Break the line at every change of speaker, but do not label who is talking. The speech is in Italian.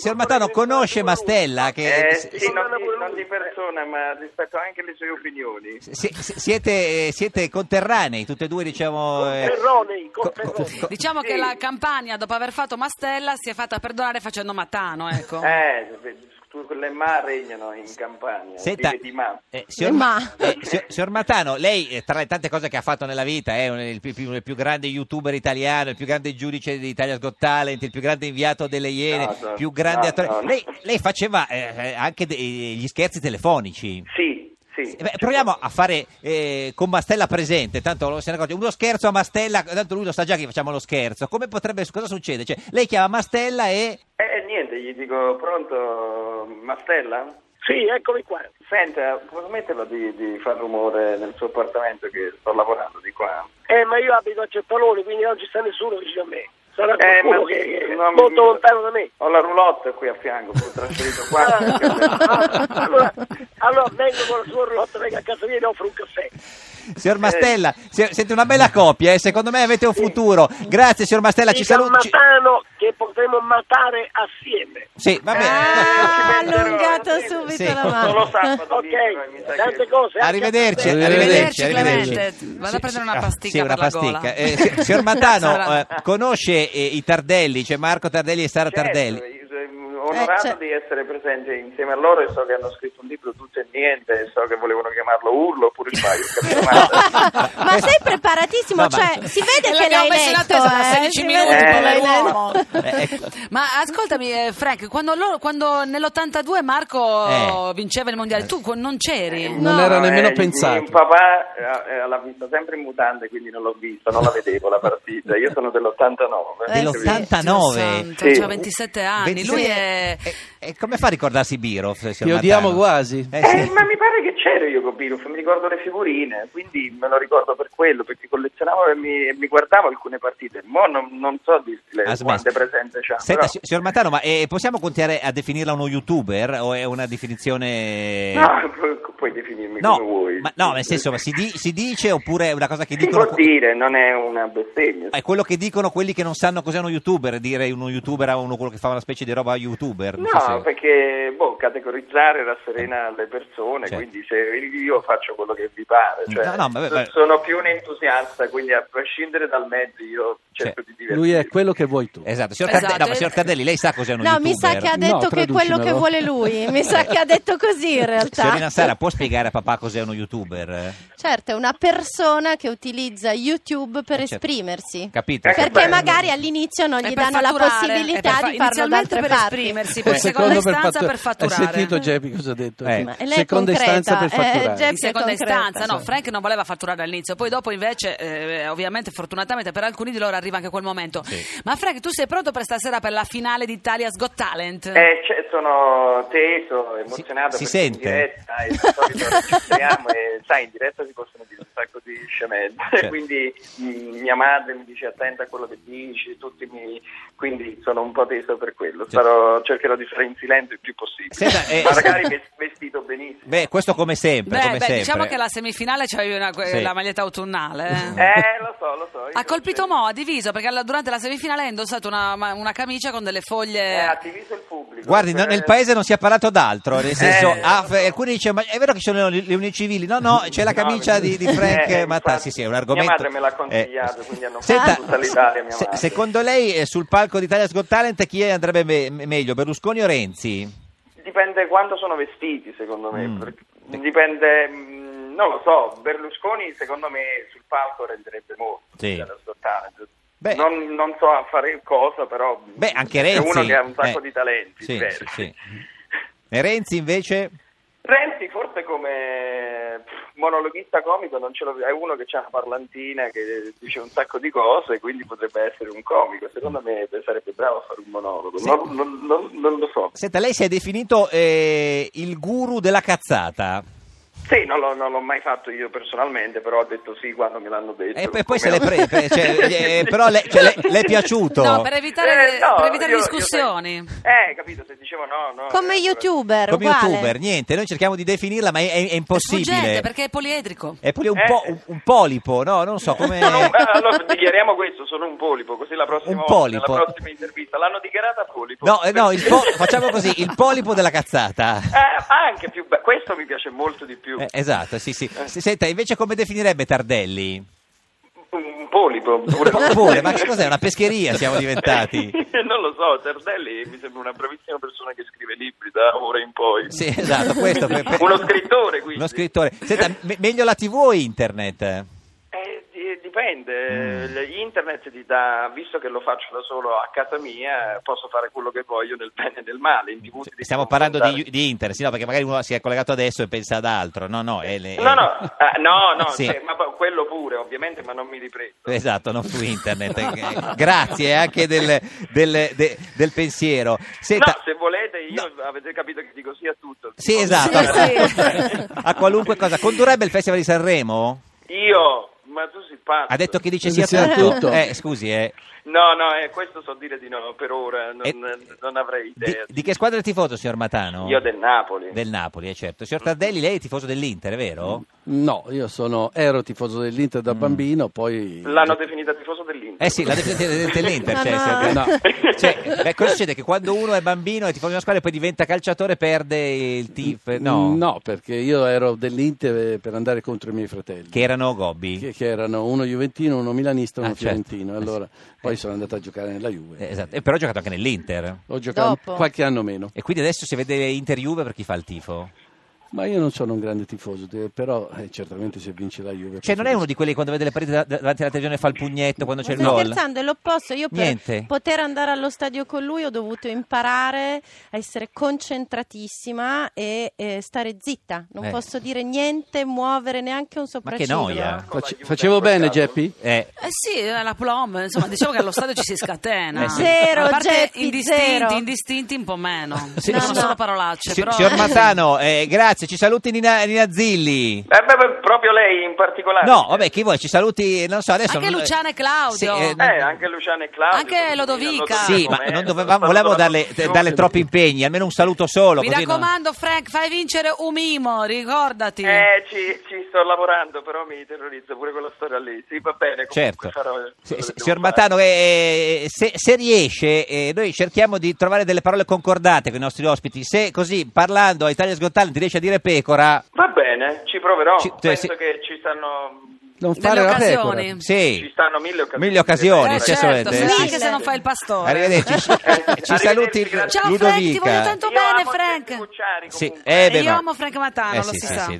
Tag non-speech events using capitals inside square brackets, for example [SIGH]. Signor Matano, conosce Mastella? Che...
Eh,
s-
sì, non, di, non di persona, ma rispetto anche alle sue opinioni.
si- si- siete, siete conterranei, tutte e due, diciamo... eh,
Conterronei,
co- co-
conterronei.
co-
Diciamo
Sì.
che la Campania, dopo aver fatto Mastella, si è fatta perdonare facendo Matano, ecco.
Eh, tu- le ma regnano in Campania,
Senta,
vive di ma.
eh, signor,
Ma-
eh, si- signor Matano, lei eh, tra le tante cose che ha fatto nella vita è un- il, più, più- il più grande youtuber italiano, il più grande giudice di Italia Got Talent, il più grande inviato delle Iene,
No, no,
il più grande
no,
attore.
no, no.
Lei, lei faceva eh, eh, anche de- gli scherzi telefonici.
Sì, sì.
Eh beh, proviamo a fare eh, con Mastella presente, tanto non se ne accorge. uno scherzo a Mastella, tanto lui lo sa già che facciamo lo scherzo. Come potrebbe, cosa succede? Cioè, lei chiama Mastella e
Eh, niente, gli dico, pronto, Mastella?
Sì, eccomi qua.
Senta, smetterla di, di far rumore nel suo appartamento che sto lavorando di qua.
Eh, ma io abito a Ceppaloni, quindi non ci sta nessuno vicino a me. Sarà
Eh,
qualcuno
ma-
che, che
no,
è Certo, molto
mi-
lontano da me.
Ho la roulotte qui a fianco, sono trasferito qua.
[LAUGHS]
[LAUGHS]
Ah, allora, allora vengo con la sua roulotte, vengo a casa mia e le offro un caffè.
Signor Mastella, si- siete una bella coppia, eh? secondo me avete un futuro. Grazie, signor Mastella, ci
Dica a
saluti. ci-
Matano che potremo matare assieme.
Sì, va bene.
Ah,
Ci metterò-
allungato
sì.
subito
Sì.
la
Solo
mano.
sabato libero, mi
Ok,
sa
tante
che-
cose. eh. anche a
Arrivederci,
te.
arrivederci,
Arrivederci,
arrivederci.
Clemente. Vado a prendere una
Ah,
pasticca
sì, una
per la
pasticca.
gola.
Eh, si- signor Matano,
[LAUGHS] Sarà-
eh, conosce eh, i Tardelli, c'è Marco Tardelli e Sara
Certo,
Tardelli.
io sono onorato
Eh, c'è-
di essere presente insieme a loro e so che hanno scritto un libro tutto e niente, so che volevano chiamarlo Urlo oppure il paio,
[LAUGHS]
capito male?
Ma sei preparatissimo,
No, ma-
cioè, si vede
Eh,
che
l'abbiamo
l'hai
messo in
letto,
attesa da
eh,
16
si
minuti,
vede che l'hai
pover'uomo.
letto.
Eh,
[LAUGHS]
ecco.
Ma ascoltami, eh, Frank, quando, loro- quando nell'82 Marco
Eh.
vinceva il mondiale, tu co- non c'eri?
No. Non
era nemmeno
eh,
pensato.
Mio papà eh, eh, l'ha vista sempre in mutande, quindi non l'ho vista, non la vedevo la partita. Io sono dell'89.
Eh,
Dell'89.
Santo,
Sì.
c'ha 27 Cioè, anni,
27
lui è...
Eh, eh, come fa a ricordarsi Birov? signor
Ti odiamo
Matano?
quasi.
Eh, sì.
Eh, ma mi pare che c'ero io con Biruf, mi ricordo le figurine, quindi me lo ricordo per quello, perché collezionavo e mi, e mi guardavo alcune partite. Mo non, non so dirti le
Ha smesso.
quante presenze c'ha.
Ah, Senta,
però-
si- signor Matano, ma eh, possiamo continuare a definirla uno youtuber o è una definizione...
No, pu- puoi definirmi
Eh. No,
come vuoi.
ma, no, nel senso, ma si, di- si dice oppure è una cosa che
Si
dicono... Eh,
può dire, non è una bestemmia.
È quello che dicono quelli che non sanno cos'è uno youtuber, dire uno youtuber a uno quello che fa una specie di roba youtuber. non so
No,
se-
perché boh, categorizzare rasserena le persone,
Certo.
quindi se io faccio quello che vi pare, cioè,
No, no, vabbè, vabbè.
sono più un entusiasta, quindi a prescindere dal mezzo io cerco
Cioè,
di divertirmi.
Lui è quello che vuoi tu.
Esatto, signor,
Esatto.
Tardelli, no, ma signor Tardelli, lei sa cos'è uno
No, mi
youtuber?
sa che ha
No,
detto che è quello che
traducimelo.
vuole lui. Mi sa che ha detto così in
Signorina
realtà.
Sara, può spiegare a papà cos'è uno youtuber?
Certo, è una persona che utilizza YouTube per
Eh, certo.
esprimersi.
Capito?
Eh,
Perché
bello.
magari all'inizio non
è
gli
per
danno la
fatturare,
possibilità
è per fa-
di farlo da
inizialmente
altre
per
parti.
esprimersi,
Eh,
poi in seconda
per
istanza
fattu-
per fatturare.
Hai sentito Geppi cosa ha detto?
Eh.
Ma lei è
Seconda
concreta,
istanza per
eh,
fatturare.
Geppi-
in seconda
è concreta,
istanza, no,
sì.
Frank non voleva fatturare all'inizio, poi dopo invece, eh, ovviamente fortunatamente per alcuni di loro arriva anche quel momento. Ma Frank, tu sei pronto per stasera per la finale di Italia's Got Talent?
Eh, cioè, sono teso, emozionato.
si
perché
sente?
In diretta, e di solito registriamo e sai, in diretta si possono dire un sacco di [LAUGHS] scemenze.
Certo.
Quindi mh, mia madre mi dice attenta a quello che dici, tutti mi... quindi sono un po' teso per quello. Sarò- cercherò di stare in silenzio il più possibile.
Certo. Senta, eh,
Ma magari ves- vestito benissimo.
Beh, questo come sempre,
beh,
come
beh,
sempre.
diciamo che la semifinale c'avevi una- que-
Sì.
la maglietta autunnale. eh.
Eh, lo so, cioè, lo so.
Ha colpito Mo, ha diviso, perché alla- durante la semifinale ha indossato una, ma- una camicia con delle
Eh,
foglie...
ha diviso il pubblico.
Guardi, no- nel paese non si è parlato d'altro, nel senso,
Eh.
ah, f- alcuni dicono, ma è vero che ci sono le, le unicivili? No, no, c'è la
No,
camicia di, di Frank
eh,
Matta, sì,
infatti,
sì, è un argomento. eh,
mia madre me l'ha consigliato, quindi hanno fatto tutta l'Italia, mia
se-
madre.
secondo lei eh, sul palco di Italia's Got Talent chi andrebbe me- me- meglio, Berlusconi o Renzi?
Dipende quanto sono vestiti, secondo me.
Mm.
perché- Dipende, mm, non lo so. Berlusconi, secondo me, sul palco renderebbe molto.
Sì.
cioè, lo so, talent.
Beh.
non, non so a fare cosa, però. mm,
Beh, anche Renzi.
È uno che ha un sacco
eh.
di talenti.
Sì,
diversi.
sì, sì. E Renzi invece?
[LAUGHS] Renzi, forse come pff, monologhista comico, non ce lo- è uno che ha una parlantina che dice un sacco di cose, quindi potrebbe essere un comico. Secondo me sarebbe bravo a fare un monologo.
Mm. Sì.
Non, non- non- non lo so.
Senta, lei si è definito eh, il guru della cazzata.
Sì, non l'ho, non l'ho mai fatto io personalmente, però ho detto sì quando me l'hanno detto.
E poi- poi se l'è
[LAUGHS]
pre- pre- cioè, eh, però le- cioè, le- le è piaciuto?
No, per evitare,
Eh, no,
per evitare
io- io-
discussioni.
Eh, capito, se dicevo no, no.
Come
eh,
youtuber,
Come
uguale.
youtuber, niente, noi cerchiamo di definirla, ma è, è- è
È
impossibile.
sfuggente perché è poliedrico.
È poi un,
Eh.
po- un- un polipo, no? Non so
[LAUGHS]
come.
Sono un- eh, allora dichiariamo questo, sono un polipo, così la prossima,
Un
volta, nella
polipo.
prossima intervista l'hanno dichiarata polipo.
No, eh, no, il po- facciamo così: il polipo della cazzata.
Eh, anche più be- questo mi piace molto di più.
Eh, esatto, sì, sì. S- Senta, invece come definirebbe Tardelli?
Un polipo. pure-
Ma pure, ma che cos'è? Una pescheria siamo diventati.
[LAUGHS] non lo so, Tardelli mi sembra una bravissima persona che scrive libri da ora in poi.
Sì, esatto, questo per- per-
Uno [LAUGHS] scrittore, quindi.
Uno scrittore. Senta, me- meglio la TV o internet?
Eh, di- dipende,
Mm.
L- internet ti dà, visto che lo faccio da solo a casa mia, posso fare quello che voglio nel bene e nel male. In TV ti devi
Stiamo parlando di,
confrontare.
di internet, sì, no, perché magari uno si è collegato adesso e pensa ad altro. No, no, è le-
No, no, ah, no, no
eh. Sì.
cioè, ma poi quello pure, ovviamente, ma non mi riprendo.
Esatto, non su internet. Eh, Grazie anche del, del- de- del pensiero. Senta,
No, se volete, io avete capito che dico sì a tutto.
sì, esatto. [LAUGHS]
Sì, sì.
A qualunque cosa. Condurrebbe il Festival di Sanremo?
Io, ma tu sei pazzo.
Ha detto che dice sì
Sì,
a
sì, a
tutto.
tutto.
Eh, scusi, eh.
No, no, eh, questo so dire di no per ora, non,
E-
non avrei
Eh, Di,
idea.
di che squadra è tifoso, signor Matano?
Io del Napoli.
Del Napoli, eh, certo. Signor Tardelli, lei è tifoso dell'Inter, è vero?
No, io sono, ero tifoso dell'Inter
Mm.
da bambino, poi...
L'hanno definita tifoso dell'Inter.
Eh sì, la definizione dell'Inter.
No,
cioè,
no.
se-
No.
Cioè, beh, cosa succede? Che quando uno è bambino e tifoso di una squadra e poi diventa calciatore perde il tif? No.
perché io ero dell'Inter per andare contro i miei fratelli.
Che erano Gobbi?
Che, che erano uno juventino, uno milanista, uno
Ah, certo.
fiorentino. Allora, poi sono andato a giocare nella Juve.
Eh, Esatto. Eh, però ha giocato anche nell'Inter.
Ho giocato
Dopo.
qualche anno meno.
E quindi adesso si vede Inter Juve per chi fa il tifo.
Ma io non sono un grande tifoso, de- però eh, certamente se vince la Juve...
Cioè, non è
preferisco.
uno di quelli quando vede le partite da- davanti alla televisione fa il pugnetto quando c'è
Ma
il
stai
gol.
scherzando, è l'opposto. Io per
Niente.
poter andare allo stadio con lui ho dovuto imparare a essere concentratissima e eh, stare zitta. Non
Eh.
posso dire niente, muovere neanche un sopracciglio.
noia.
Face- facevo bene, Geppi?
Eh,
Eh sì, la plom, insomma, diciamo che allo stadio ci si scatena. [LAUGHS]
Eh sì.
Zero,
A parte
Geppi,
indistinti,
zero.
indistinti un po' meno.
Sì,
Dicono
no,
solo
no.
parolacce,
si-
però...
Signor Matano, eh, grazie, ci saluti Nina, Nina Zilli.
Eh, beh, beh, proprio lei in particolare.
No, vabbè, chi vuoi? Ci saluti, non so, adesso...
Anche Luciana e Claudio.
Eh, anche Luciana e Claudio.
Anche
sono qui,
Lodovica.
allora,
Sì,
come
ma
me,
non
sono
dovevamo, volevamo
stato
darle, eh,
dalla
darle
Lazio.
troppi impegni, almeno un saluto solo.
Mi
così non-
raccomando, Frank, fai vincere un mimo, ricordati.
Eh, ci, ci sto lavorando, però mi terrorizza pure quella storia lì. Sì, va bene, comunque
Certo,
farò quello
S-
che
s-
devo
signor
fare.
Matano, eh, se, se riesce, eh, noi cerchiamo di trovare delle parole concordate con i nostri ospiti. Se così, parlando a Italia's Got Talent, riesce a dire pecora,
Va bene, ci proverò.
Ci- cioè,
Penso
sì.
che ci stanno,
Non
Delle
fare la
occasioni.
pecora.
ci
sì,
stanno mille occasioni.
mille occasioni.
Eh,
sì,
certo,
assolutamente.
se-
Sì,
anche
sì.
se non fai il pastore.
arrivederci. Ci
Arrivederci,
saluti
Eh, grazie.
Ciao Frank, ti voglio
Ludovica.
tanto bene,
amo Sergio
Frank.
Cucciari,
Sì,
comunque.
eh, beh,
E io
ma-
amo Frank Matano,
Eh,
lo
sì,
si
sì,
sa.
sì.